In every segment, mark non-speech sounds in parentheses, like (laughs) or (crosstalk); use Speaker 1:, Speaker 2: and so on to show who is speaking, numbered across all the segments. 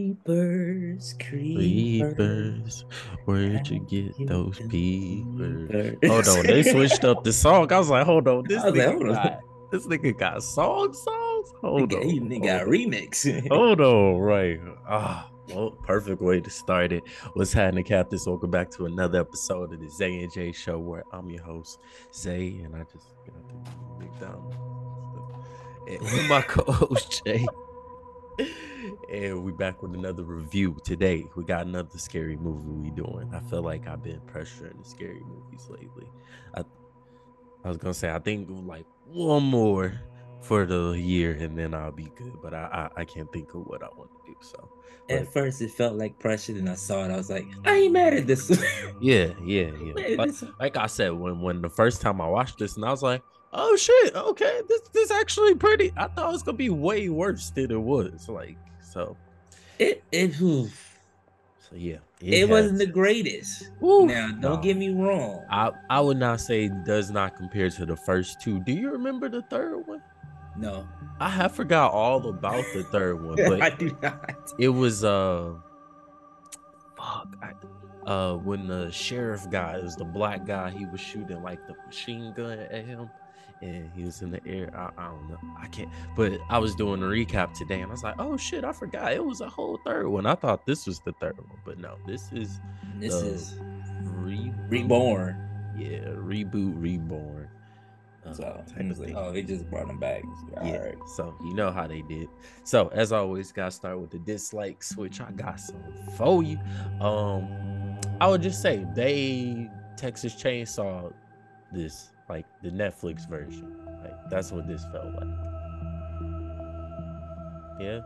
Speaker 1: Jeepers creepers.
Speaker 2: Peepers, where'd you get
Speaker 1: you
Speaker 2: those
Speaker 1: them (laughs)
Speaker 2: peepers?
Speaker 1: Jeepers.
Speaker 2: Hold on, they switched up the song. I was like, hold on, this
Speaker 1: (laughs) I was like, hold
Speaker 2: nigga
Speaker 1: on. (laughs)
Speaker 2: got this nigga got song songs. Hold
Speaker 1: Nigga,
Speaker 2: on,
Speaker 1: you nigga got a
Speaker 2: hold on.
Speaker 1: (laughs) remix.
Speaker 2: Hold on, right. Ah, well, perfect way to start it. What's happening, Captains? Welcome back to another episode of the Zay and Jay Show, where I'm your host, Zay, and I just got the big down. And with my (laughs) co-host Jay. And we back with another review today. We got another scary movie we doing. I feel like I've been pressuring the scary movies lately. I I was gonna say I think like one more for the year and then I'll be good. But I I, I can't think of what I want to do. So
Speaker 1: At first, it felt like pressure, and I saw it. I was like, I ain't mad at this. one. (laughs)
Speaker 2: yeah, yeah,
Speaker 1: Mad
Speaker 2: yeah.
Speaker 1: at
Speaker 2: Like,
Speaker 1: this one.
Speaker 2: like I said, when when the first time I watched this and I was like, oh shit, okay, this this actually pretty. I thought it was gonna be way worse than it was. Like so
Speaker 1: It it oof.
Speaker 2: so yeah.
Speaker 1: it wasn't the
Speaker 2: has-
Speaker 1: greatest.
Speaker 2: Woo,
Speaker 1: Now, don't
Speaker 2: nah.
Speaker 1: get me wrong.
Speaker 2: I, I would not say does not compare to the first two. Do you remember the third one?
Speaker 1: No,
Speaker 2: I have forgot all about the third
Speaker 1: (laughs)
Speaker 2: one, but
Speaker 1: I do not.
Speaker 2: it was uh fuck I, uh when the sheriff guy it was the black guy he was shooting like the machine gun at him and he was in the air I, I don't know i can't but i was doing a recap today and i was like oh shit i forgot it was a whole third one i thought this was the third one but no this is
Speaker 1: This
Speaker 2: Uh,
Speaker 1: is
Speaker 2: reboot.
Speaker 1: reborn.
Speaker 2: yeah reboot reborn uh,
Speaker 1: So
Speaker 2: type
Speaker 1: he
Speaker 2: of
Speaker 1: was like,
Speaker 2: thing.
Speaker 1: oh, they just brought him back.
Speaker 2: Yeah.
Speaker 1: Alright.
Speaker 2: So you know how they did. So as always, gotta start with the dislikes, which I got some for you. Um, I would just say they Texas Chainsaw this like the Netflix version. Like that's what this felt like. Yeah.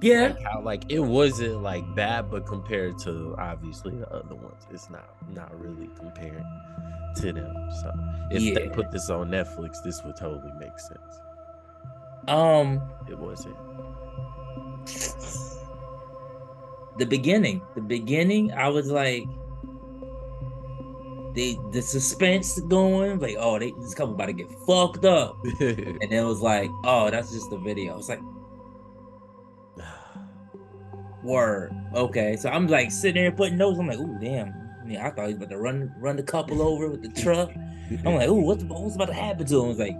Speaker 1: Yeah.
Speaker 2: Like how like it wasn't like bad, but compared to obviously the other ones, it's not not really comparing to them. So if they
Speaker 1: Yeah.
Speaker 2: put this on Netflix, this would totally make sense.
Speaker 1: Um,
Speaker 2: It wasn't.
Speaker 1: the beginning, the beginning, I was like, they the suspense going, like, oh, they this couple about to get fucked up, (laughs) and it was like, oh, that's just the video. It's like, word, okay. So I'm like sitting there putting notes. I'm like, ooh, damn. Yeah, I thought he was about to run run the couple over with the truck. I'm like, ooh, what's, what's about to happen to him? It's like,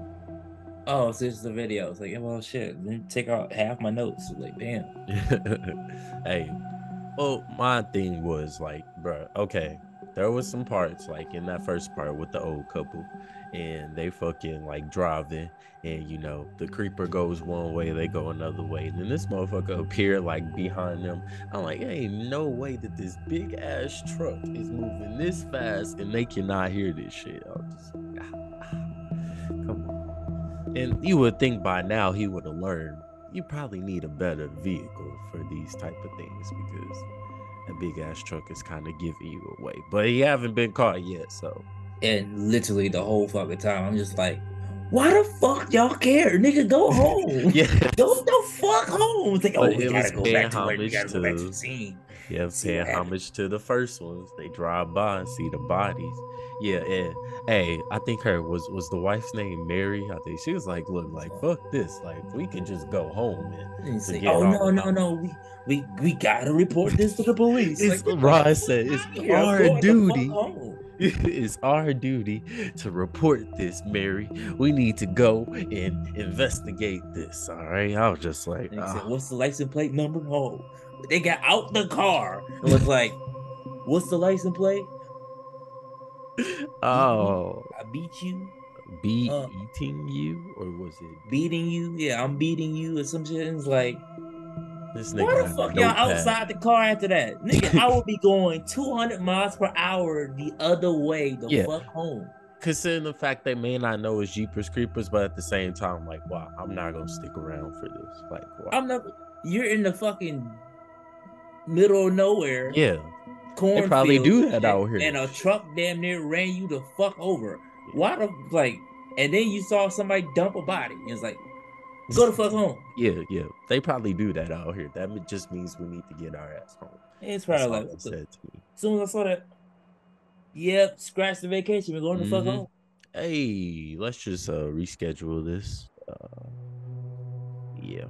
Speaker 1: oh, so it's the video. It's like, well, shit. Then take out half my notes. It's like, damn.
Speaker 2: (laughs) hey, well, my thing was like, bruh, okay, there was some parts like in that first part with the old couple, and they fucking like driving, and you know the creeper goes one way, they go another way, and then this motherfucker appeared like behind them. I'm like, ain't no way that this big ass truck is moving this fast, and they cannot hear this shit. I'm just like, "Ah, come on. And you would think by now he would have learned you probably need a better vehicle for these type of things because a big ass truck is kind of giving you away. But he haven't been caught yet, so
Speaker 1: And literally the whole fucking time, I'm just like, why the fuck y'all care? Nigga,
Speaker 2: (laughs)
Speaker 1: go home.
Speaker 2: yeah,
Speaker 1: Go the fuck home. It's like, oh,
Speaker 2: But
Speaker 1: we
Speaker 2: it was
Speaker 1: gotta go back to where we
Speaker 2: homage
Speaker 1: gotta go back to
Speaker 2: to-
Speaker 1: the scene.
Speaker 2: yeah,
Speaker 1: See
Speaker 2: paying
Speaker 1: what happened.
Speaker 2: homage to the first ones. They drive by and see the bodies. Yeah, and hey, I think her was was the wife's name Mary. I think she was like, look, like fuck this, like we could just go home. Man. (laughs)
Speaker 1: And it's
Speaker 2: To
Speaker 1: like,
Speaker 2: get
Speaker 1: oh
Speaker 2: all
Speaker 1: no,
Speaker 2: the
Speaker 1: no, no, we we we gotta report this to the police.
Speaker 2: It's
Speaker 1: like,
Speaker 2: Rod said,
Speaker 1: "Get
Speaker 2: it's
Speaker 1: out of here. I'm
Speaker 2: our
Speaker 1: going the fuck
Speaker 2: duty."
Speaker 1: home."
Speaker 2: it's our duty to report this, Mary. We need to go and investigate this. All right. I was just like,
Speaker 1: And he said,
Speaker 2: ah,
Speaker 1: What's the license plate number? Oh, they got out the car and
Speaker 2: (laughs)
Speaker 1: was like, What's the license plate?
Speaker 2: oh,
Speaker 1: I beat you,
Speaker 2: be
Speaker 1: Uh,
Speaker 2: eating you, or was it
Speaker 1: beating you. Yeah, I'm beating you or some shit. And it's like,
Speaker 2: this nigga?
Speaker 1: Why the
Speaker 2: had a
Speaker 1: fuck y'all
Speaker 2: notepad.
Speaker 1: outside the car after that? Nigga, I will be going 200 miles per hour the other way the
Speaker 2: Yeah.
Speaker 1: fuck home.
Speaker 2: Considering the fact they may not know it's Jeepers Creepers, but at the same time, like, wow, I'm not gonna stick around for this. Like, wow.
Speaker 1: I'm not. You're in the fucking middle of nowhere.
Speaker 2: yeah,
Speaker 1: cornfield,
Speaker 2: probably do that
Speaker 1: and-
Speaker 2: out here.
Speaker 1: And a truck damn near ran you the fuck over.
Speaker 2: Yeah.
Speaker 1: Why the like? And then you saw somebody dump a body. And it's like, go the fuck home.
Speaker 2: yeah, yeah. They probably do that out here. That m- just means we need to get our ass home.
Speaker 1: And it's
Speaker 2: That's
Speaker 1: probably
Speaker 2: all
Speaker 1: like,
Speaker 2: they
Speaker 1: what the-
Speaker 2: said to me.
Speaker 1: as soon as I saw that, yep, scratch the vacation. We're going the fuck
Speaker 2: Mhm.
Speaker 1: home.
Speaker 2: hey, let's just uh reschedule this. Uh yeah.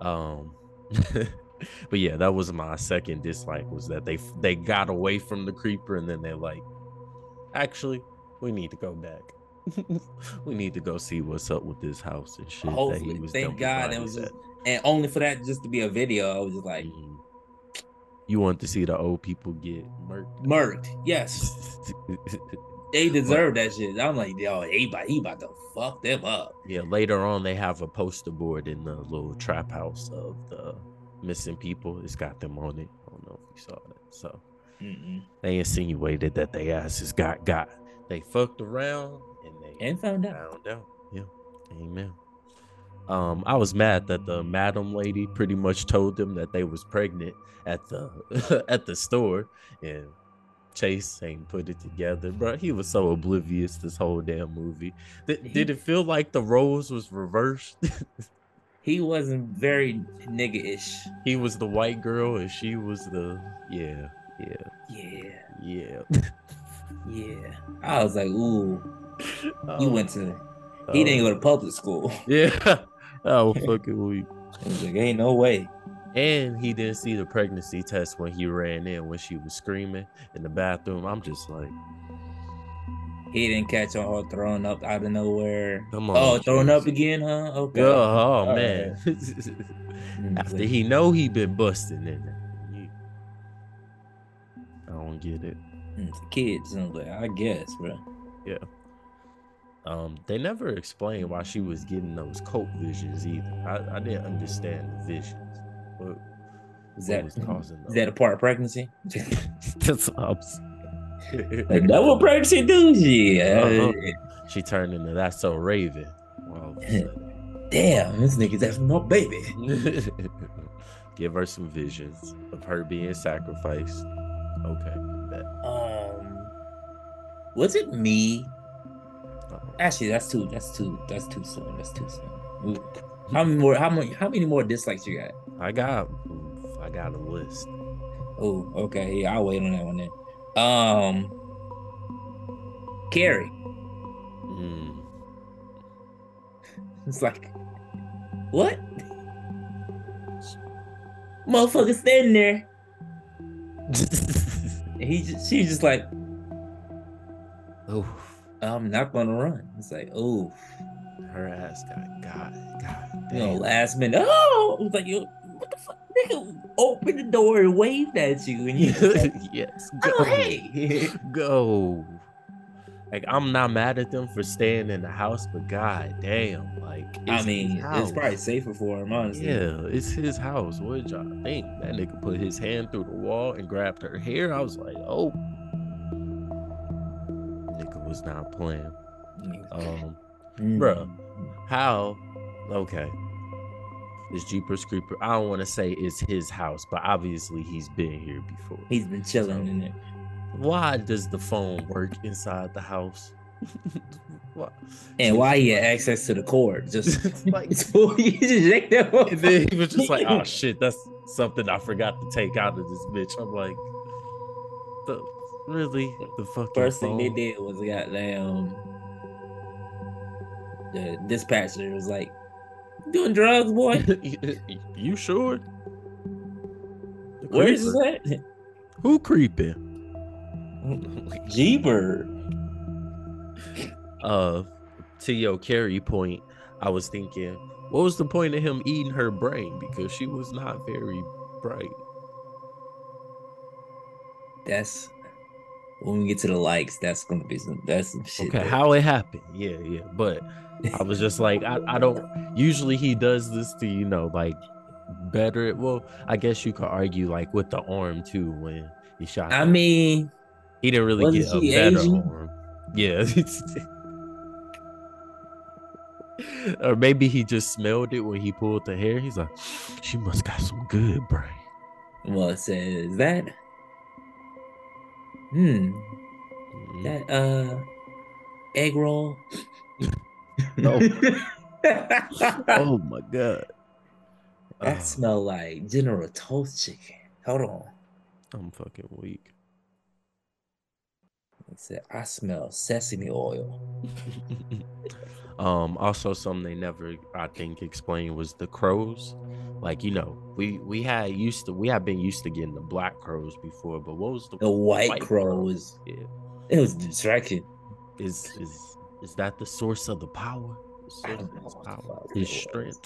Speaker 2: Um, (laughs) but yeah, that was my second dislike was that they they got away from the creeper and then they're like, actually, we need to go back. (laughs) we need to go see what's up with this house and shit. that he
Speaker 1: Hopefully,
Speaker 2: was
Speaker 1: thank
Speaker 2: dumping
Speaker 1: God it
Speaker 2: bodies
Speaker 1: was
Speaker 2: at.
Speaker 1: just, and only for that just to be a video. I was just like
Speaker 2: Mhm. you want to see the old people get murked. (laughs)
Speaker 1: murked. Yes, they deserve that shit. I'm like, yo, he about, he about to fuck them up.
Speaker 2: yeah, later on they have a poster board in the little trap house of the missing people. It's got them on it. I don't know if you saw that. So
Speaker 1: Mm-mm.
Speaker 2: they insinuated that they asses got got. They fucked around and they
Speaker 1: And found out.
Speaker 2: found out. Yeah. Amen. Um, I was mad that the madam lady pretty much told them that they was pregnant at the (laughs) at the store, and Chase ain't put it together, bro. He was so oblivious this whole damn movie. Th-
Speaker 1: He-
Speaker 2: did it feel like the roles was reversed? (laughs)
Speaker 1: He wasn't very nigga-ish.
Speaker 2: he was the white girl and she was the yeah, yeah,
Speaker 1: Yeah,
Speaker 2: yeah.
Speaker 1: yeah. I was like, ooh, you went to.
Speaker 2: Oh,
Speaker 1: He
Speaker 2: oh.
Speaker 1: didn't go to public school. (laughs)
Speaker 2: (laughs) Yeah. Oh fucking weak.
Speaker 1: I was like, ain't no way.
Speaker 2: And he didn't see the pregnancy test when he ran in when she was screaming in the bathroom. I'm just like,
Speaker 1: He didn't catch on her throwing up out of nowhere.
Speaker 2: Come
Speaker 1: oh,
Speaker 2: on,
Speaker 1: throwing
Speaker 2: Chase.
Speaker 1: up again, huh? Okay.
Speaker 2: oh, oh,
Speaker 1: All
Speaker 2: man. (laughs)
Speaker 1: Mm,
Speaker 2: After
Speaker 1: like,
Speaker 2: he know he been busting in there. You- I don't get it.
Speaker 1: mm, it's kids, and I was like, I guess, bro.
Speaker 2: Um, they never explained why she was getting those cult visions either. I, I didn't understand the visions. What,
Speaker 1: Is
Speaker 2: what
Speaker 1: that (laughs)
Speaker 2: was
Speaker 1: is
Speaker 2: causing those?
Speaker 1: that a part of pregnancy?
Speaker 2: (laughs) That's what I'm saying.
Speaker 1: Like that
Speaker 2: (laughs)
Speaker 1: what pregnancy Uh, do? Yeah.
Speaker 2: Uh-huh. She turned into that so Raven.
Speaker 1: (laughs)
Speaker 2: All of a sudden.
Speaker 1: Damn, this nigga's that's my baby.
Speaker 2: (laughs) Give her some visions of her being sacrificed. Okay. bet.
Speaker 1: Um, was it me?
Speaker 2: Uh-oh.
Speaker 1: Actually, that's too. That's too. That's too soon. That's too soon. Ooh. How many more? How many? How many more dislikes you got?
Speaker 2: I got I got a list.
Speaker 1: Oh, okay. Yeah, I'll wait on that one then. Um, Carrie.
Speaker 2: Mm.
Speaker 1: It's like, what? Motherfucker standing there. And he just, she's just like,
Speaker 2: (laughs) Oof.
Speaker 1: I'm not gonna run. It's like, oh,
Speaker 2: Her ass got got God
Speaker 1: you know,
Speaker 2: damn.
Speaker 1: last minute. Oh, it was like, yo, what the fuck, nigga? Open the door and waved at you, and you. just
Speaker 2: (laughs)
Speaker 1: like,
Speaker 2: (laughs) yes. Go.
Speaker 1: oh, hey.
Speaker 2: (laughs) Go. Like I'm not mad at them for staying in the house, but god damn, like
Speaker 1: I
Speaker 2: his
Speaker 1: mean, it's
Speaker 2: house.
Speaker 1: probably safer for him, honestly.
Speaker 2: Yeah, it's his house. What did y'all think? That nigga put his hand through the wall and grabbed her hair. I was like, oh. Nigga was not playing. Um,
Speaker 1: Mm.
Speaker 2: bruh, how? Okay. This Jeepers Creeper. I don't want to say it's his house, but obviously he's been here before.
Speaker 1: He's been chilling in there.
Speaker 2: Why does the phone work inside the house? (laughs) Why?
Speaker 1: And why he had access to the cord?
Speaker 2: (laughs)
Speaker 1: Just (laughs)
Speaker 2: Like-
Speaker 1: so he just yank that one.
Speaker 2: And then he was just like, "Oh shit, that's something I forgot to take out of this bitch." I'm like, the, "Really? The fucking
Speaker 1: (laughs) First thing they
Speaker 2: phone?
Speaker 1: did was goddamn. The dispatcher was like, "Doing drugs,
Speaker 2: (laughs)
Speaker 1: boy?
Speaker 2: you sure? The
Speaker 1: Where is
Speaker 2: creeper.
Speaker 1: that?
Speaker 2: Who creeping?
Speaker 1: (laughs) Jeeper."
Speaker 2: Uh, to your carry point, I was thinking, what was the point of him eating her brain because she was not very bright.
Speaker 1: That's when we get to the likes. That's gonna be some. That's some shit.
Speaker 2: Okay,
Speaker 1: that-
Speaker 2: how it happened? Yeah, yeah, but I was just like, I, I don't. Usually he does this to you know like better. Well, I guess you could argue like with the arm too when he shot.
Speaker 1: I
Speaker 2: her.
Speaker 1: mean,
Speaker 2: he didn't really get a
Speaker 1: wasn't she
Speaker 2: better
Speaker 1: Asian?
Speaker 2: arm. Yeah. (laughs) or maybe he just smelled it when he pulled the hair. He's like, she must got some good brain.
Speaker 1: well, it says that. Hmm.
Speaker 2: Mhm.
Speaker 1: That uh, egg roll. (laughs)
Speaker 2: (laughs) No.
Speaker 1: that
Speaker 2: oh my god. Oh,
Speaker 1: smell like General Toast chicken. Hold on.
Speaker 2: I'm fucking weak.
Speaker 1: He said, I smell sesame oil.
Speaker 2: (laughs) um also something they never i think explained was the crows Like you know, we we had used to we had been used to getting the black crows before, but what was the,
Speaker 1: The white, crow was
Speaker 2: Yeah.
Speaker 1: it was a distraction.
Speaker 2: Is is is that the source of the power? The
Speaker 1: I
Speaker 2: source
Speaker 1: don't
Speaker 2: of
Speaker 1: know
Speaker 2: his
Speaker 1: what the
Speaker 2: power,
Speaker 1: fuck
Speaker 2: his
Speaker 1: it was.
Speaker 2: strength.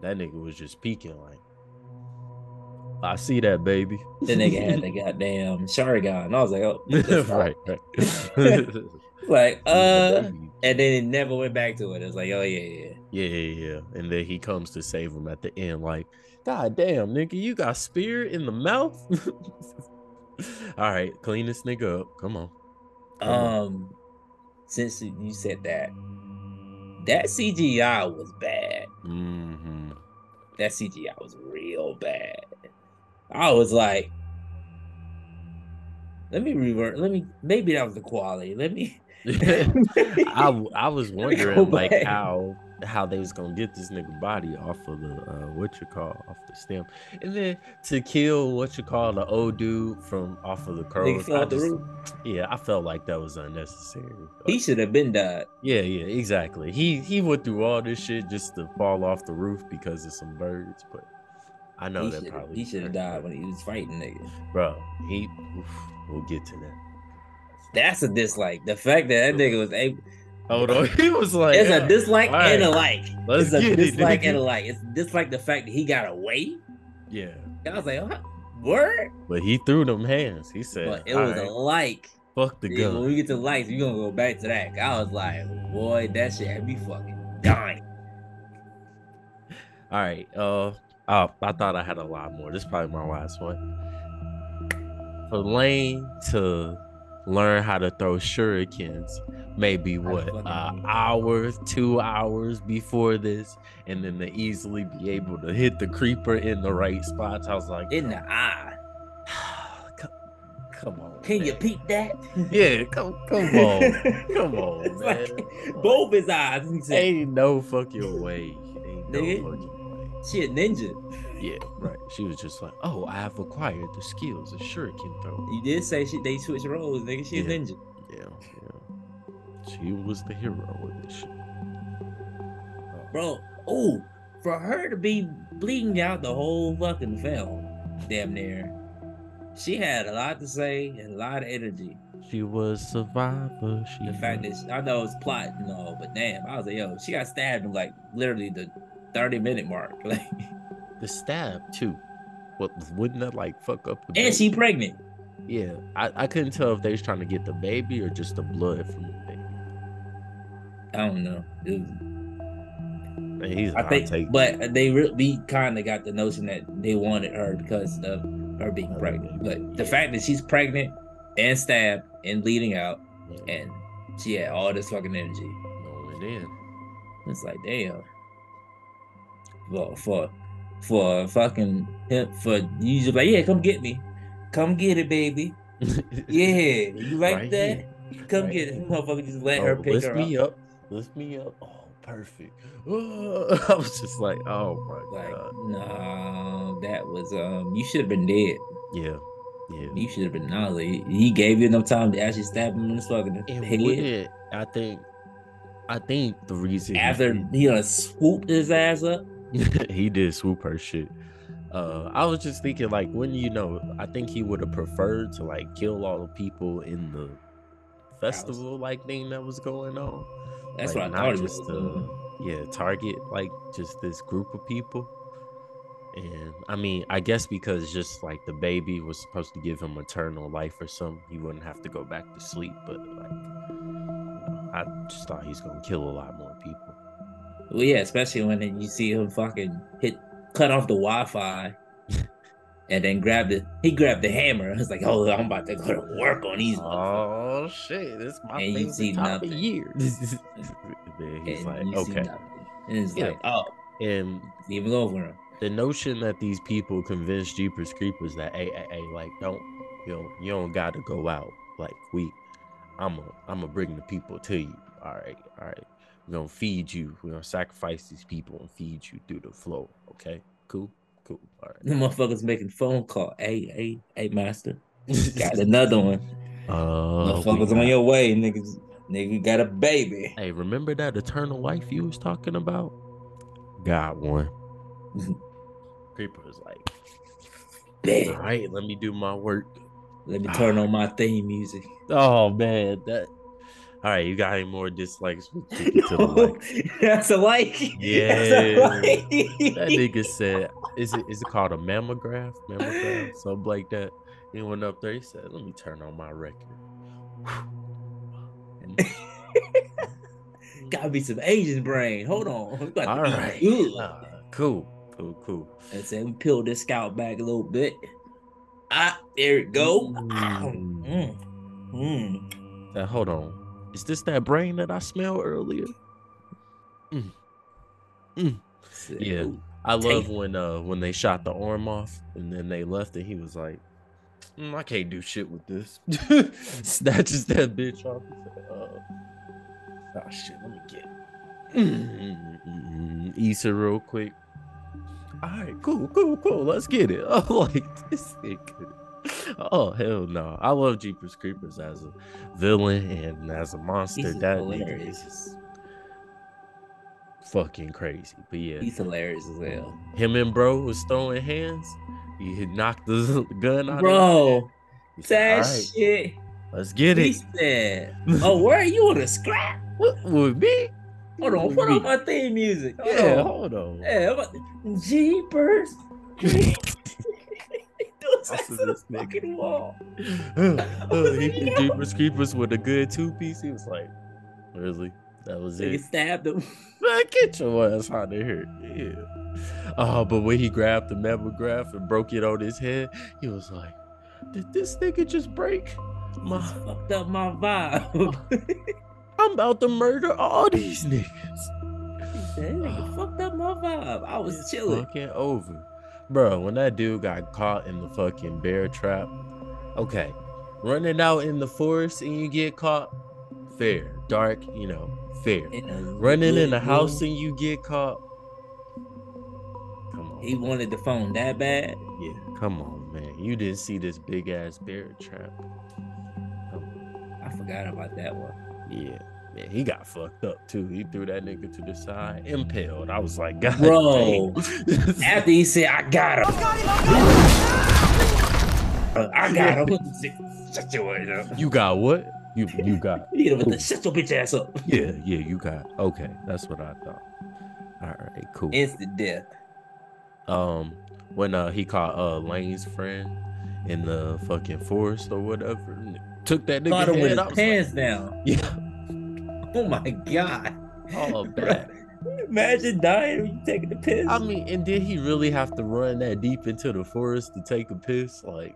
Speaker 2: That nigga was just peeking like. I see that baby.
Speaker 1: That nigga
Speaker 2: (laughs)
Speaker 1: had the goddamn Sharingan. And I was like, oh, (laughs)
Speaker 2: right, (laughs) right.
Speaker 1: Like,
Speaker 2: Yeah,
Speaker 1: uh,
Speaker 2: baby.
Speaker 1: and then it never went back to it. It was like, oh yeah, yeah.
Speaker 2: Yeah, yeah, yeah. And then he comes to save him at the end, like, God damn, nigga, you got spear in the mouth. (laughs) All right, clean this nigga up. Come on. Mhm.
Speaker 1: Um, since you you said that, that CGI was bad.
Speaker 2: hmm
Speaker 1: That CGI was real bad. I was like, let me revert. Let me. Maybe that was the quality. Let me.
Speaker 2: (laughs)
Speaker 1: (laughs)
Speaker 2: I w- I was
Speaker 1: me go
Speaker 2: wondering like
Speaker 1: back.
Speaker 2: how how they was gonna get this nigga body off of the uh, what you call off the stem, and then to kill what you call the old dude from off of the
Speaker 1: Nigga
Speaker 2: crows.
Speaker 1: fell
Speaker 2: I
Speaker 1: off the
Speaker 2: just-
Speaker 1: roof.
Speaker 2: yeah, I felt like that was unnecessary.
Speaker 1: He should have been died.
Speaker 2: Yeah, yeah, exactly. He he went through all this shit just to fall off the roof because of some birds, but I know
Speaker 1: he
Speaker 2: that
Speaker 1: should
Speaker 2: probably
Speaker 1: he should have died when he was fighting niggas.
Speaker 2: bro. He oof, we'll get to that.
Speaker 1: That's a dislike. The fact that that nigga was able.
Speaker 2: Hold on, (laughs) he was like,
Speaker 1: It's a
Speaker 2: "Yeah,
Speaker 1: dislike
Speaker 2: all right,
Speaker 1: and a like.
Speaker 2: let's
Speaker 1: it's a
Speaker 2: get it,
Speaker 1: dislike
Speaker 2: nigga."
Speaker 1: and a like. It's dislike the fact that he got away.
Speaker 2: yeah,
Speaker 1: And I was like, huh? word?
Speaker 2: but he threw them hands. He said,
Speaker 1: But it
Speaker 2: "All
Speaker 1: was
Speaker 2: right,
Speaker 1: a like.
Speaker 2: fuck the
Speaker 1: Yeah, When
Speaker 2: gun."
Speaker 1: we get to likes, we gonna go back to that. I was like, boy, that shit had me fucking dying.
Speaker 2: All right, uh, oh, I thought I had a lot more. This is probably my last one. For Lane to learn how to throw shurikens, maybe what
Speaker 1: fucking
Speaker 2: uh,
Speaker 1: hate it.
Speaker 2: hours, two hours before this, and then to easily be able to hit the creeper in the right spots. I was like, (sighs)
Speaker 1: In the eye.
Speaker 2: come, come on,
Speaker 1: Can you
Speaker 2: man.
Speaker 1: peep that?
Speaker 2: (laughs) Yeah, come, come
Speaker 1: (laughs)
Speaker 2: on, come on,
Speaker 1: It's
Speaker 2: man.
Speaker 1: like, both his eyes. He said,
Speaker 2: Ain't no fucking way. Ain't no
Speaker 1: Nigga.
Speaker 2: fucking way.
Speaker 1: shit, ninja.
Speaker 2: Yeah, right. She was just like, "Oh, I have acquired the skills of shuriken throw."
Speaker 1: You did say she, they switched roles, nigga. She a
Speaker 2: Yeah.
Speaker 1: ninja.
Speaker 2: Yeah, yeah. She was the hero of this shit.
Speaker 1: Bro, oh, for her to be bleeding out the whole fucking film, damn near. She had a lot to say and a lot of energy.
Speaker 2: She was survivor. She
Speaker 1: The fact that she, I know it's plot and all, but damn, I was like, yo, she got stabbed in like literally the 30 minute mark. (laughs) Like,
Speaker 2: the stab too. What wouldn't that like fuck up the
Speaker 1: and she pregnant.
Speaker 2: Yeah, I, I couldn't tell if they was trying to get the baby or just the blood from the baby.
Speaker 1: I don't know. It was-
Speaker 2: Man, he's
Speaker 1: I
Speaker 2: I'll
Speaker 1: think,
Speaker 2: take that.
Speaker 1: but they really we kind of got the notion that they wanted her because of her being
Speaker 2: Her
Speaker 1: pregnant.
Speaker 2: being-
Speaker 1: But the
Speaker 2: yeah.
Speaker 1: fact that she's pregnant and stabbed and bleeding out,
Speaker 2: Yeah,
Speaker 1: and she had all this fucking energy.
Speaker 2: going in.
Speaker 1: It's like, damn. Well, for for fucking him for you just like, yeah, come get me. Come get it, baby. (laughs) Yeah,
Speaker 2: (laughs)
Speaker 1: you like
Speaker 2: Right
Speaker 1: that?
Speaker 2: here.
Speaker 1: Come
Speaker 2: right
Speaker 1: get it.
Speaker 2: here.
Speaker 1: Motherfucker just let
Speaker 2: (laughs) Oh,
Speaker 1: her pick
Speaker 2: lift
Speaker 1: her
Speaker 2: me
Speaker 1: up.
Speaker 2: up. Lift me up. Oh, perfect. (laughs) I was just like, oh my
Speaker 1: Like,
Speaker 2: god.
Speaker 1: nah, that was um you should have been dead.
Speaker 2: Yeah, yeah.
Speaker 1: You should have been nah, He he gave you enough time to actually stab him in his fucking
Speaker 2: And
Speaker 1: head.
Speaker 2: wouldn't I think, I think the reason he
Speaker 1: After
Speaker 2: did-
Speaker 1: he done swooped his ass up.
Speaker 2: he (laughs) did swoop her shit. Uh, I was just thinking, like, wouldn't you know? I think he would have preferred to like kill all the people in the festival like thing that was going on.
Speaker 1: That's
Speaker 2: like,
Speaker 1: what I thought
Speaker 2: not
Speaker 1: he
Speaker 2: just
Speaker 1: was.
Speaker 2: uh,
Speaker 1: doing.
Speaker 2: yeah target like just this group of people. And I mean, I guess because just like the baby was supposed to give him eternal life or something, he wouldn't have to go back to sleep. But like, I just thought he's gonna kill a lot more people.
Speaker 1: Well, yeah, especially when then you see him fucking hit, cut off the
Speaker 2: (laughs)
Speaker 1: Wi-Fi, and then grab the he grabbed the hammer. It's like, oh, I'm about to go to work on these. motherfuckers.
Speaker 2: Oh shit! This is my
Speaker 1: And you
Speaker 2: favorite
Speaker 1: see
Speaker 2: time of
Speaker 1: nothing.
Speaker 2: year. (laughs) then he's
Speaker 1: And
Speaker 2: like,
Speaker 1: you see
Speaker 2: okay.
Speaker 1: nothing. And it's
Speaker 2: Yeah.
Speaker 1: like, oh,
Speaker 2: And
Speaker 1: it's even over him.
Speaker 2: the notion that these people convinced Jeepers Creepers that, hey, hey, hey, like, don't, you know, you don't got to go out. Like, we, I'm a, I'm gonna bring the people to you. All right, all right. We're gonna feed you. We're gonna sacrifice these people and feed you through the flow. Okay, cool, cool. All
Speaker 1: The motherfuckers making phone call. Hey, hey, hey, master, got
Speaker 2: right.
Speaker 1: another one.
Speaker 2: Uh, we
Speaker 1: motherfuckers
Speaker 2: got-
Speaker 1: on your way, niggas. Nigga got a baby.
Speaker 2: Hey,
Speaker 1: (laughs)
Speaker 2: remember that eternal life you was talking about? Got one. Creeper was like, all
Speaker 1: Bang.
Speaker 2: right, let me do my work.
Speaker 1: Let me turn on my theme music.
Speaker 2: Oh man, that. All right, you got any more dislikes? We'll take it to the
Speaker 1: No,
Speaker 2: likes.
Speaker 1: (laughs) that's a like.
Speaker 2: Yeah. That
Speaker 1: like.
Speaker 2: nigga said, "Is it is it called a mammograph?
Speaker 1: (laughs)
Speaker 2: Mammograph, something like that." He went up there. He said, "Let me turn on my record."
Speaker 1: (laughs) Gotta be some Asian brain. Hold on. We got to
Speaker 2: All
Speaker 1: eat
Speaker 2: right,
Speaker 1: good.
Speaker 2: Nah, cool, cool, cool.
Speaker 1: And say we peel this scalp back a little bit. Ah, there it go. Ow.
Speaker 2: Mm.
Speaker 1: Mm. Mm.
Speaker 2: Now, hold on. Is this that brain that I smelled earlier?
Speaker 1: Say,
Speaker 2: Yeah.
Speaker 1: ooh,
Speaker 2: I love
Speaker 1: Damn.
Speaker 2: when uh when they shot the arm off and then they left and he was like, "Mm, I can't do shit with this. (laughs) Snatches that bitch off. He said, uh, oh shit, let me get (clears throat) mm Issa real quick. All right, cool, cool, cool. Let's get it. (laughs) Oh, like this nigga. Oh hell no! I love Jeepers Creepers as a villain and as a monster.
Speaker 1: He's
Speaker 2: that nigga
Speaker 1: hilarious.
Speaker 2: is fucking crazy. But yeah,
Speaker 1: He's hilarious as hell.
Speaker 2: him and bro was throwing hands. He had knocked the (laughs) gun out. of
Speaker 1: Bro,
Speaker 2: his
Speaker 1: that
Speaker 2: hand. He said,
Speaker 1: shit.
Speaker 2: "All right, let's get
Speaker 1: He
Speaker 2: it. (laughs)
Speaker 1: said, Oh, where are you on the scrap?
Speaker 2: What would be?
Speaker 1: Hold on, put on my theme music. Hold
Speaker 2: Yeah,
Speaker 1: on. (laughs)
Speaker 2: hold on. (laughs)
Speaker 1: Yeah, I'm about to- Jeepers. (laughs) Dude, that's
Speaker 2: Listen to
Speaker 1: the
Speaker 2: this nigga.
Speaker 1: fucking wall.
Speaker 2: Uh, he
Speaker 1: like,
Speaker 2: did
Speaker 1: yo.
Speaker 2: Jeepers Creepers with a good two piece. He was like, really? That was
Speaker 1: They
Speaker 2: it.
Speaker 1: stabbed him. (laughs)
Speaker 2: Man, get your ass out of here. Yeah. Oh, but when he grabbed the mammograph and broke it on his head, he was like, did this nigga just break?
Speaker 1: He's
Speaker 2: My,
Speaker 1: fucked up my vibe. (laughs)
Speaker 2: I'm about to murder all these niggas.
Speaker 1: He said, "That nigga fucked up my vibe. I was
Speaker 2: It's
Speaker 1: chilling.
Speaker 2: Fucking over, bro. When that dude got caught in the fucking bear trap, okay, running out in the forest and you get caught, fair. Dark, you know, fair.
Speaker 1: In a
Speaker 2: Running in
Speaker 1: good
Speaker 2: the house
Speaker 1: mood.
Speaker 2: and you get caught. Come on,
Speaker 1: He wanted the phone that bad.
Speaker 2: yeah, come on, man. You didn't see this big ass bear trap.
Speaker 1: I forgot about that one.
Speaker 2: Yeah, man. He got fucked up too. He threw that nigga to the side, impaled. I was like, (laughs) God,
Speaker 1: Bro.
Speaker 2: damn." (laughs)
Speaker 1: After he said, I got him. I got him. (laughs) Shut your ass up.
Speaker 2: you got what? You you got.
Speaker 1: You hit him with the shut your bitch ass up.
Speaker 2: Yeah, yeah, you got okay. That's what I thought. All right, cool.
Speaker 1: Instant death.
Speaker 2: um, when uh he caught uh Lane's friend in the fucking forest or whatever, and took that nigga
Speaker 1: Caught him with
Speaker 2: head.
Speaker 1: his
Speaker 2: I was
Speaker 1: pants down.
Speaker 2: Yeah.
Speaker 1: Oh my god.
Speaker 2: like, oh man.
Speaker 1: (laughs) Imagine dying when you taking the piss.
Speaker 2: I mean, and did he really have to run that deep into the forest to take a piss? Like,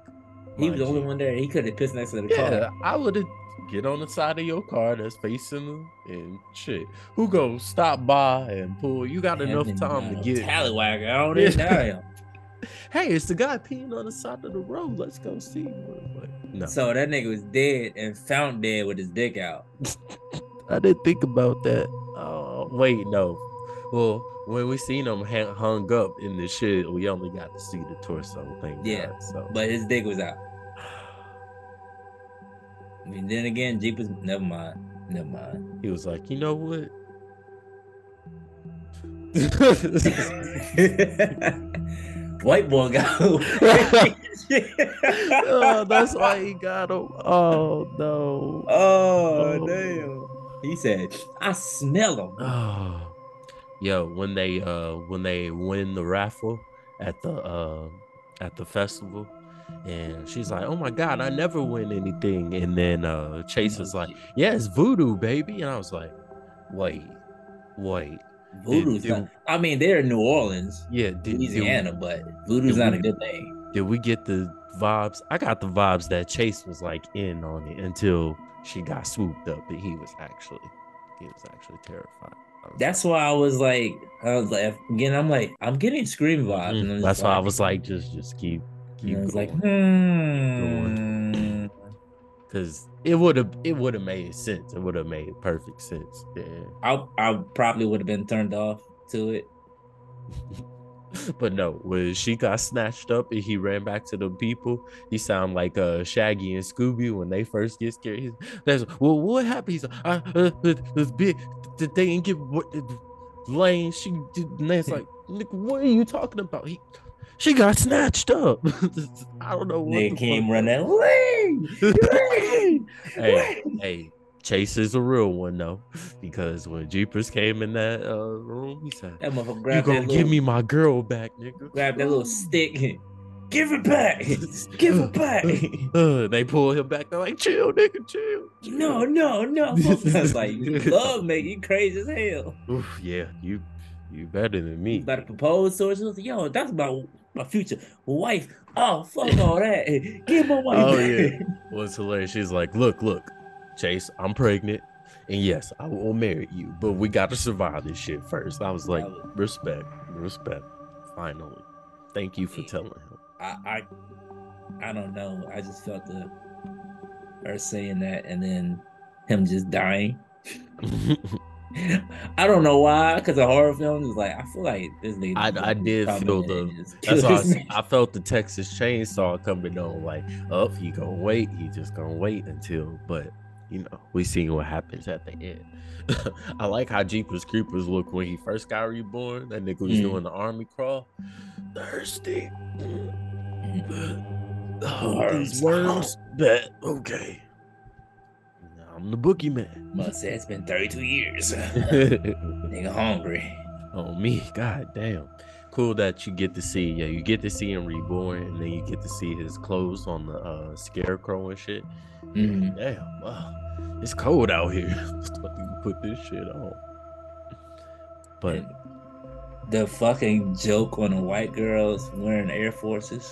Speaker 1: he
Speaker 2: my
Speaker 1: was the only
Speaker 2: G.
Speaker 1: one there. He could have pissed next to the
Speaker 2: Yeah,
Speaker 1: car.
Speaker 2: I would have get on the side of your car that's facing them and shit. Who go stop by and pull? You got enough time to get
Speaker 1: tallywagger. I don't even
Speaker 2: Yeah.
Speaker 1: know him.
Speaker 2: hey, it's the guy peeing on the side of the road. Let's go see. him." But (laughs) no,
Speaker 1: So that nigga was dead and found dead with his dick out.
Speaker 2: I didn't think about that. Oh, wait, no. Well, when we seen him ha- hung up in the shit, we only got to see the torso. Thank
Speaker 1: Yeah,
Speaker 2: God. So,
Speaker 1: But his dick was out. I mean, then again, Jeepers. Never mind. Never mind. (laughs)
Speaker 2: he was like, you know what? (laughs)
Speaker 1: White boy
Speaker 2: (laughs)
Speaker 1: got. (laughs)
Speaker 2: oh, that's why he got him. Oh no.
Speaker 1: Oh,
Speaker 2: Oh.
Speaker 1: damn. He said, I smell
Speaker 2: (sighs)
Speaker 1: him.
Speaker 2: Oh, yo, when they uh when they win the raffle at the uh at the festival, and she's like, "Oh my god, I never win anything." And then uh Chase was like, "Yeah, it's voodoo, baby," and I was like, "Wait, wait,
Speaker 1: Voodoo's
Speaker 2: did-
Speaker 1: not, I mean, they're in New Orleans,
Speaker 2: yeah, did, did-
Speaker 1: Louisiana, but voodoo's
Speaker 2: did
Speaker 1: not
Speaker 2: we-
Speaker 1: a good thing.
Speaker 2: Did, we get the vibes? I got the vibes that Chase was like in on it until she got swooped up, and he was actually he was actually terrified." I was
Speaker 1: That's why I was like, I was like, again, I'm like, I'm getting scream vibes.
Speaker 2: Mm,
Speaker 1: and I'm just
Speaker 2: That's why I
Speaker 1: like-
Speaker 2: was like, just just keep
Speaker 1: and
Speaker 2: keep
Speaker 1: I was like,
Speaker 2: going,
Speaker 1: hmm.
Speaker 2: because it would have it would have made sense. It would have made perfect sense. Yeah. (laughs)
Speaker 1: I, I probably would have been turned off to it.
Speaker 2: but no, when she got snatched up and he ran back to the people, he sound like uh Shaggy and Scooby when they first get scared. He's, that's well, what happened? He's like, I, uh, uh, this big, th- they didn't get what uh, Lane. She did. And it's like, nigga, what are you talking about? He She got snatched up. (laughs) I don't know what
Speaker 1: They
Speaker 2: the
Speaker 1: came
Speaker 2: fuck.
Speaker 1: running.
Speaker 2: (laughs)
Speaker 1: Lee! Lee!
Speaker 2: Hey, hey, Chase is a real one though, because when Jeepers came in that uh, room, he said,
Speaker 1: That motherfucker
Speaker 2: "You
Speaker 1: grabbed
Speaker 2: gonna
Speaker 1: that
Speaker 2: give
Speaker 1: little,
Speaker 2: me my girl back, nigga?"
Speaker 1: grabbed that little stick. and, Give it back. (laughs) Give it
Speaker 2: (laughs)
Speaker 1: back.
Speaker 2: Uh, they pull him back. They're like, "Chill, nigga, chill." chill."
Speaker 1: No, no, no.
Speaker 2: (laughs)
Speaker 1: I was like, you love me. You crazy as hell.
Speaker 2: Oof, yeah, you, you better than
Speaker 1: You
Speaker 2: me.
Speaker 1: about to propose to her. She was like, yo, that's about my future wife. Oh, fuck all that. (laughs) Give my wife
Speaker 2: Oh,
Speaker 1: back.
Speaker 2: yeah.
Speaker 1: (laughs)
Speaker 2: was hilarious. She's like, "Look, look, Chase, I'm pregnant, and yes, I will marry you, but we got to survive this shit first. I was like,
Speaker 1: I was-
Speaker 2: "Respect, respect." Finally, thank you for telling him.
Speaker 1: I, I I don't know. I just felt the her saying that and then him just dying. (laughs)
Speaker 2: (laughs)
Speaker 1: I don't know why, because the horror film is like I feel like this nigga.
Speaker 2: I-
Speaker 1: just
Speaker 2: I did
Speaker 1: come
Speaker 2: feel
Speaker 1: in and
Speaker 2: the-
Speaker 1: just
Speaker 2: That's
Speaker 1: kill
Speaker 2: all I,
Speaker 1: this
Speaker 2: s-
Speaker 1: man.
Speaker 2: I felt the Texas chainsaw coming on. Like, up, he gonna wait. He just gonna wait until. But you know, we seen what happens at the end. (laughs) I like how Jeepers Creepers look when he first got reborn. That nigga was
Speaker 1: Mm.
Speaker 2: doing the army crawl. Thirsty. Oh,
Speaker 1: Worms.
Speaker 2: these worms. Mm. Bet. Okay. Now I'm the (laughs) boogeyman.
Speaker 1: Must say it's been 32 years. (laughs)
Speaker 2: on
Speaker 1: nigga hungry.
Speaker 2: me. (laughs) God damn. Cool that you get to see. Yeah, you get to see him reborn, and then you get to see his clothes on the uh, scarecrow and shit.
Speaker 1: Mhm.
Speaker 2: Damn. Wow. It's cold out here. (laughs) What do you put this shit on? But
Speaker 1: The fucking joke on the white girls wearing Air Forces.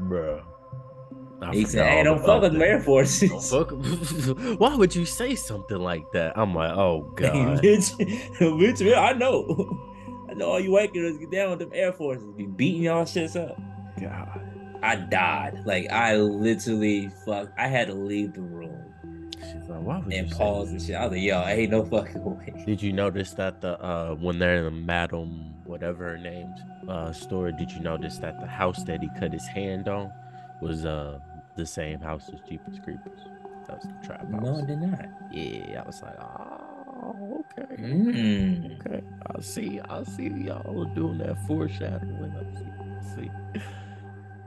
Speaker 2: bruh. I
Speaker 1: He said,
Speaker 2: forgot
Speaker 1: "Hey,
Speaker 2: all
Speaker 1: don't fuck
Speaker 2: about
Speaker 1: with
Speaker 2: that.
Speaker 1: Air Forces."
Speaker 2: Don't fuck. (laughs) Why would you say something like that? I'm like,
Speaker 1: (laughs)
Speaker 2: oh god.
Speaker 1: bitch, bitch, man, I know. (laughs) I know all you white girls get down with them Air Forces, be beating y'all shits up.
Speaker 2: God.
Speaker 1: I died. Like I literally fuck. I had to leave the room
Speaker 2: She's like, why would
Speaker 1: and
Speaker 2: you say
Speaker 1: pause and shit. I was like, yo, I ain't no fucking (laughs)
Speaker 2: (laughs)
Speaker 1: way.
Speaker 2: Did you notice that the uh when they're in the madam whatever her name's uh store, did you notice that the house that he cut his hand on was uh the same house as Jeepers Creepers? That was the trap house.
Speaker 1: No, I did not.
Speaker 2: yeah, I was like, oh okay.
Speaker 1: Mm.
Speaker 2: Okay. I see, I see y'all are doing that foreshadowing. I see, (laughs) I see.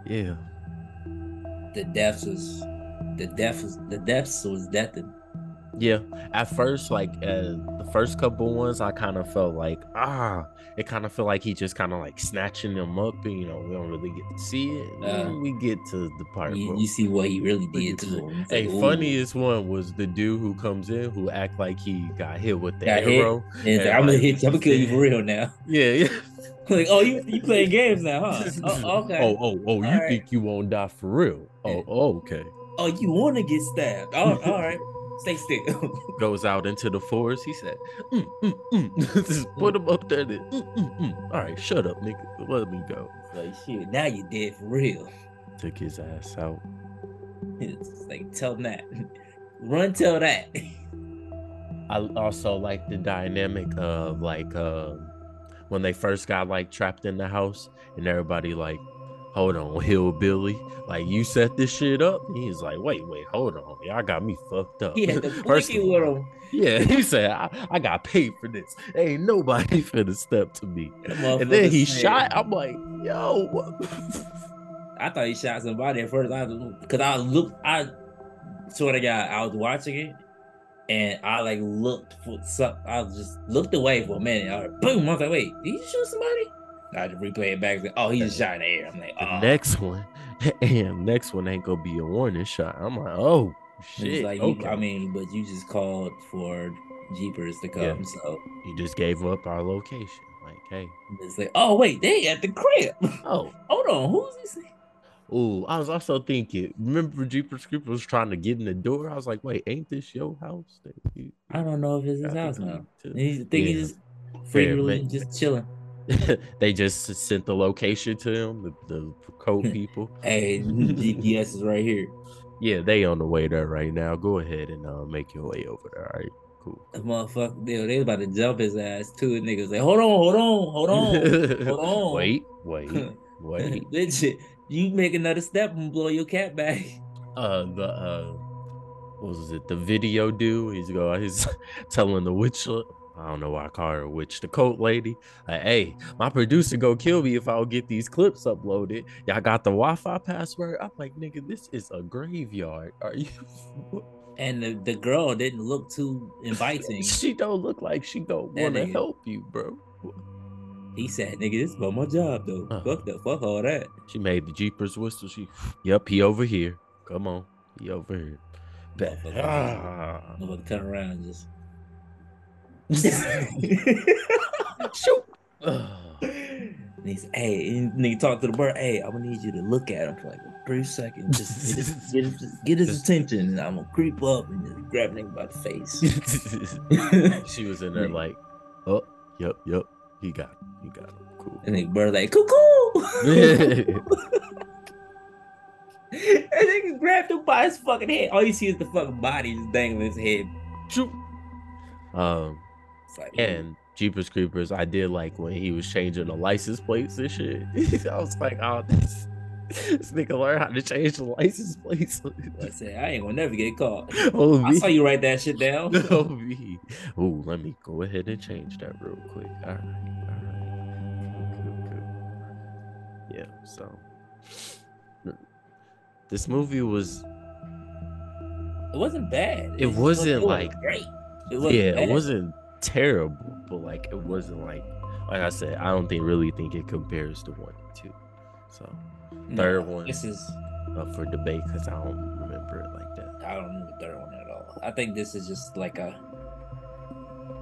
Speaker 2: Yeah.
Speaker 1: The deaths was, the deaths was, the deaths was death. and-
Speaker 2: Yeah, at first, like uh, the first couple ones, I kind of felt like ah, it kind of felt like he just kind of like snatching them up, and you know we don't really get to see it. And then
Speaker 1: Uh,
Speaker 2: we get to the part.
Speaker 1: You,
Speaker 2: where-
Speaker 1: you see what he really
Speaker 2: we
Speaker 1: did
Speaker 2: get to
Speaker 1: to
Speaker 2: the-
Speaker 1: him. It's
Speaker 2: Hey,
Speaker 1: like, ooh.
Speaker 2: funniest one was the dude who comes in who act like he got hit with the
Speaker 1: Got hit.
Speaker 2: arrow.
Speaker 1: And it's like, I'm gonna hit you. I'm gonna kill you for real now. (laughs)
Speaker 2: Yeah, yeah. (laughs)
Speaker 1: like, oh, you you playing games now, huh? Oh, okay.
Speaker 2: Oh, oh, oh! You
Speaker 1: Alright.
Speaker 2: think you won't die for real? Oh, oh, okay.
Speaker 1: Oh, you want to get stabbed?
Speaker 2: (laughs)
Speaker 1: Oh, all right. Stay still. (laughs)
Speaker 2: goes out into the forest. He said, mm, mm, mm. (laughs) just put him up there. Then. Mm, mm, mm. All right, shut up, nigga. Let me go.
Speaker 1: like shit. Now you dead for real. (laughs)
Speaker 2: Took his ass out.
Speaker 1: It's like tell them that. (laughs) Run tell that. (laughs)
Speaker 2: I also like the dynamic of like uh, when they first got like trapped in the house and everybody like, hold on, (laughs) hillbilly, like you set this shit up. He's like, wait, wait, hold on, y'all got me fucked up.
Speaker 1: He had the
Speaker 2: First of
Speaker 1: blinky
Speaker 2: all,
Speaker 1: with him.
Speaker 2: (laughs) Yeah, he said, I, I got paid for this. Ain't nobody (laughs) finna step to me.
Speaker 1: The
Speaker 2: and then
Speaker 1: motherfucker
Speaker 2: he
Speaker 1: said-
Speaker 2: shot. I'm like, yo, what?
Speaker 1: I thought he shot somebody at first. I because I looked. I swear to God, I was watching it, and I like looked for some. I was just looked away for a minute. I heard, boom. I was like, wait, did he shoot somebody? I had to replay it back. Like, oh, he just shot in the air. I'm like,
Speaker 2: (laughs) the
Speaker 1: oh.
Speaker 2: next one, (laughs) damn, next one ain't gonna be a warning shot. I'm like, oh
Speaker 1: And it's
Speaker 2: shit.
Speaker 1: like, you,
Speaker 2: okay.
Speaker 1: I mean, but you just called for Jeepers to
Speaker 2: Yeah.
Speaker 1: come, so
Speaker 2: you just gave up our location. Like, hey,
Speaker 1: it's like, oh wait, they at the crib. (laughs)
Speaker 2: oh,
Speaker 1: Hold on, who's this?
Speaker 2: ooh. I was also thinking. Remember, Jeepers Creepers was trying to get in the door. I was like, wait, ain't this your house? That you
Speaker 1: I don't know if it's
Speaker 2: got
Speaker 1: his
Speaker 2: the
Speaker 1: house
Speaker 2: key
Speaker 1: now.
Speaker 2: to?"
Speaker 1: He think he's
Speaker 2: Yeah.
Speaker 1: just
Speaker 2: Fair,
Speaker 1: freely
Speaker 2: man.
Speaker 1: just chilling.
Speaker 2: (laughs) they just s- sent the location to him. The, the
Speaker 1: (laughs)
Speaker 2: code people. (laughs)
Speaker 1: Hey, GPS is right here.
Speaker 2: Yeah, they on the way there right now. Go ahead and uh, make your way over there. All right, cool.
Speaker 1: The motherfucker, they, they about to jump his ass too. And niggas like, hold on, hold on, hold on, hold on.
Speaker 2: Wait, wait, (laughs)
Speaker 1: (laughs)
Speaker 2: wait.
Speaker 1: Bitch, you make another step and blow your cat back.
Speaker 2: Uh, the uh, what was it? The video dude. He's going. He's (laughs) telling the witch I don't know why I called her a witch, the coat lady. Like, hey, my producer go kill me if I don't get these clips uploaded. Y'all got the Wi-Fi password? I'm like, nigga, this is a graveyard. Are you? (laughs)
Speaker 1: And the, the girl didn't look too inviting.
Speaker 2: (laughs) she don't look like she don't
Speaker 1: That
Speaker 2: want to
Speaker 1: nigga.
Speaker 2: help you, bro.
Speaker 1: he said, "Nigga, this is about my job though.
Speaker 2: Uh-huh.
Speaker 1: Fuck the fuck all that."
Speaker 2: She made the jeepers whistle. She, (sighs) yep, he over here. Come on, he over here. Back. Ah.
Speaker 1: I'm about to turn around and just.
Speaker 2: (laughs)
Speaker 1: (laughs)
Speaker 2: Shoot. Ah.
Speaker 1: (sighs)
Speaker 2: (laughs)
Speaker 1: (laughs) and he's, hey, and nigga talk to the bird. Hey, I'm gonna need you to look at him for like a brief second.
Speaker 2: (laughs)
Speaker 1: Just get his, get his, get his
Speaker 2: Just-
Speaker 1: attention, and I'm gonna creep up and just grab nigga by the
Speaker 2: (laughs)
Speaker 1: face.
Speaker 2: she
Speaker 1: and
Speaker 2: was in there
Speaker 1: Nigga.
Speaker 2: like, oh, yep, yep. He got, him. he got him. Cool.
Speaker 1: the bird like cuckoo. (laughs)
Speaker 2: (laughs)
Speaker 1: and nigga grabbed him by his fucking head. All you see is the fucking body just dangling his head.
Speaker 2: Shoot. um,
Speaker 1: It's like,
Speaker 2: and Jeepers Creepers, I did like when he was changing the license plates and shit. (laughs) I was like, oh, this, this nigga learned how to change the license plates. (laughs)
Speaker 1: I said, I ain't gonna never get caught.
Speaker 2: oh,
Speaker 1: I
Speaker 2: me. (laughs)
Speaker 1: saw you write that shit down.
Speaker 2: Oh, me. Ooh, let me go ahead and change that real quick. All right. All right. Cool, cool, cool. Yeah, so. This movie was,
Speaker 1: It wasn't bad.
Speaker 2: It
Speaker 1: just
Speaker 2: wasn't,
Speaker 1: it
Speaker 2: like-
Speaker 1: great. It
Speaker 2: yeah, it
Speaker 1: bad.
Speaker 2: wasn't terrible, but like it wasn't like, like I said, I don't think really think it compares to one and two. So
Speaker 1: No,
Speaker 2: third one.
Speaker 1: This is
Speaker 2: up for debate because I don't remember it like that.
Speaker 1: I don't know the third one at all. I think this is just like a.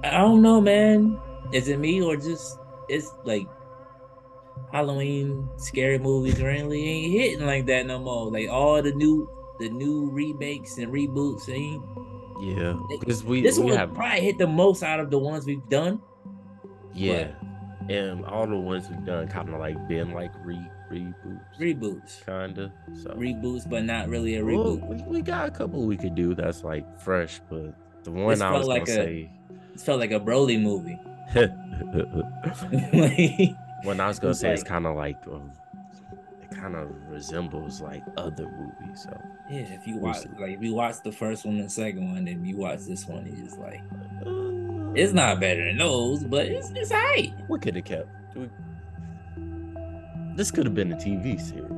Speaker 1: I don't know, man. Is it me or just it's like Halloween scary movies really ain't hitting like that no more. Like all the new the new remakes and reboots ain't.
Speaker 2: Yeah, because we
Speaker 1: This
Speaker 2: we
Speaker 1: one
Speaker 2: have
Speaker 1: probably hit the most out of the ones we've done.
Speaker 2: yeah, and all the ones we've done kind of like been like re reboots,
Speaker 1: Reboots,
Speaker 2: kinda. So
Speaker 1: reboots, but not really a
Speaker 2: Well,
Speaker 1: reboot.
Speaker 2: we, we got a couple we could do that's like fresh, but the one
Speaker 1: This
Speaker 2: I
Speaker 1: felt
Speaker 2: was
Speaker 1: like a-
Speaker 2: gonna say.
Speaker 1: It felt like a Broly movie. (laughs) Like,
Speaker 2: One I was gonna
Speaker 1: It's
Speaker 2: say is
Speaker 1: like-
Speaker 2: kind of like um, it kind of resembles like other movies. So
Speaker 1: Yeah, if you watch
Speaker 2: Listen.
Speaker 1: like if you watch the first one and second one, then you watch this one, it's just like it's not better than those, but it's it's alright.
Speaker 2: We could have kept. We, this could have been a TV series.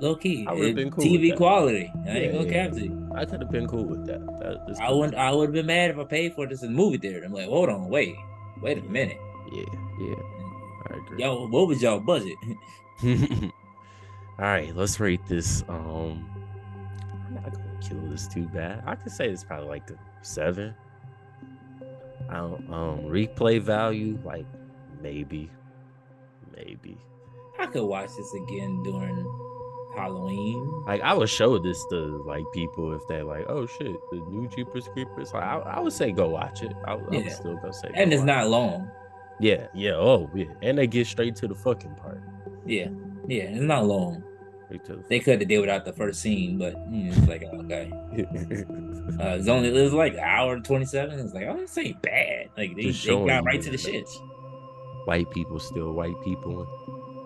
Speaker 1: Low key,
Speaker 2: I would've
Speaker 1: It-
Speaker 2: been cool with
Speaker 1: TV
Speaker 2: that.
Speaker 1: quality. I
Speaker 2: Yeah,
Speaker 1: ain't gonna
Speaker 2: yeah,
Speaker 1: cap to you.
Speaker 2: I could have been cool with that. That- this
Speaker 1: I
Speaker 2: could-
Speaker 1: wouldn't. I would have been mad if I paid for this in the movie theater. I'm like, hold on, wait, wait a minute.
Speaker 2: Yeah, yeah. I agree.
Speaker 1: Yo, what was y'all budget? (laughs)
Speaker 2: (laughs) All right, let's rate this. Um, I'm not gonna kill this too bad. I could say it's probably like a seven. I don't, um replay value like maybe, maybe.
Speaker 1: I could watch this again during Halloween.
Speaker 2: Like I would show this to like people if they're like, oh shit, the new Jeepers Creepers. Like I, I would say go watch it. I, I
Speaker 1: Yeah.
Speaker 2: would still go say.
Speaker 1: And
Speaker 2: go
Speaker 1: it's
Speaker 2: watch
Speaker 1: not long.
Speaker 2: it. Yeah, yeah. Oh yeah, and they get straight to the fucking part.
Speaker 1: Yeah, yeah, it's not long.
Speaker 2: Straight to the
Speaker 1: They could have did without the first scene, but you know, it's like okay. Uh, it's only it was like an hour and twenty seven. It's like oh, this ain't bad. Like they,
Speaker 2: Just
Speaker 1: they
Speaker 2: showing
Speaker 1: got
Speaker 2: you
Speaker 1: right to the
Speaker 2: that.
Speaker 1: shits,
Speaker 2: (laughs) white people still white people.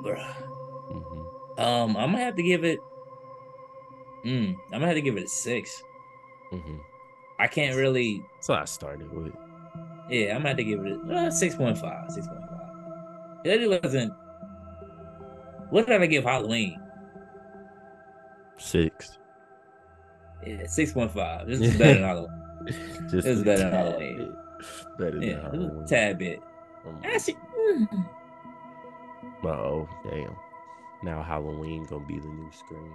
Speaker 1: bruh.
Speaker 2: hmm
Speaker 1: Um, I'm gonna have to give it. Mm, I'm gonna have to give it a six.
Speaker 2: hmm
Speaker 1: I can't really.
Speaker 2: So I started with.
Speaker 1: Yeah, I'm gonna have to give it a uh, six point five. Six point five. It wasn't. What did I give Halloween?
Speaker 2: Six. (laughs)
Speaker 1: Yeah, six point five. This is better than Halloween.
Speaker 2: Just
Speaker 1: It's
Speaker 2: a (laughs)
Speaker 1: better than
Speaker 2: tad
Speaker 1: Halloween.
Speaker 2: bit Better than
Speaker 1: Yeah,
Speaker 2: Halloween.
Speaker 1: a tad bit.
Speaker 2: Um,
Speaker 1: Actually, mm,
Speaker 2: Oh damn! Now Halloween gonna be the new Scream.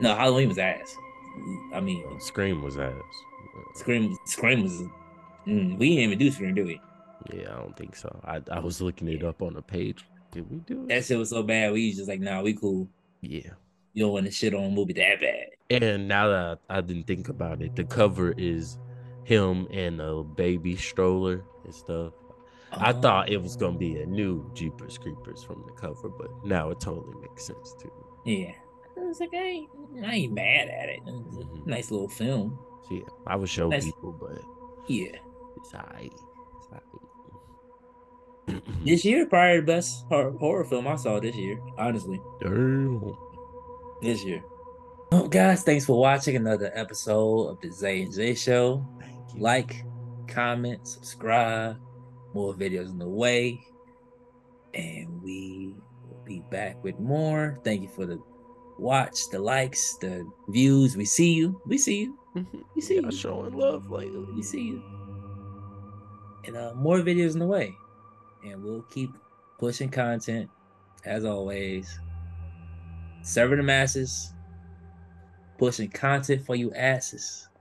Speaker 1: no, Halloween was ass. I mean,
Speaker 2: Uh, Scream was ass. Uh,
Speaker 1: Scream, Scream was. Mm, we didn't even do Scream, do we?
Speaker 2: Yeah, I don't think so. I, I was looking it up on the page. Did we do it?
Speaker 1: That shit was so bad. We was just like, nah, we cool.
Speaker 2: yeah.
Speaker 1: You don't want to shit on a movie that bad.
Speaker 2: And now that I, I didn't think about it, the cover is him and a baby stroller and stuff. I
Speaker 1: Oh.
Speaker 2: thought it was gonna be a new Jeepers Creepers from the cover, but now it totally makes sense too.
Speaker 1: Yeah. Mm-hmm. I was like, I ain't, I ain't mad at it.
Speaker 2: Mhm.
Speaker 1: Nice little film. Mm-hmm.
Speaker 2: So yeah, I would show
Speaker 1: That's-
Speaker 2: people, but
Speaker 1: Yeah.
Speaker 2: it's alright. It's alright. (clears throat)
Speaker 1: This year, probably the best horror, horror film I saw this year. Honestly,
Speaker 2: Damn.
Speaker 1: this year. Oh, guys, thanks for watching another episode of the Zay and Jay Show.
Speaker 2: (laughs) Thank you.
Speaker 1: Like, comment, subscribe. More videos in the way. And we will be back with more. Thank you for the watch, the likes, the views. We see you. We see you. We see
Speaker 2: Y'all
Speaker 1: you.
Speaker 2: showing love lately.
Speaker 1: We see you. And uh, more videos in the way. And we'll keep pushing content as always. Serving the masses, pushing content for you asses.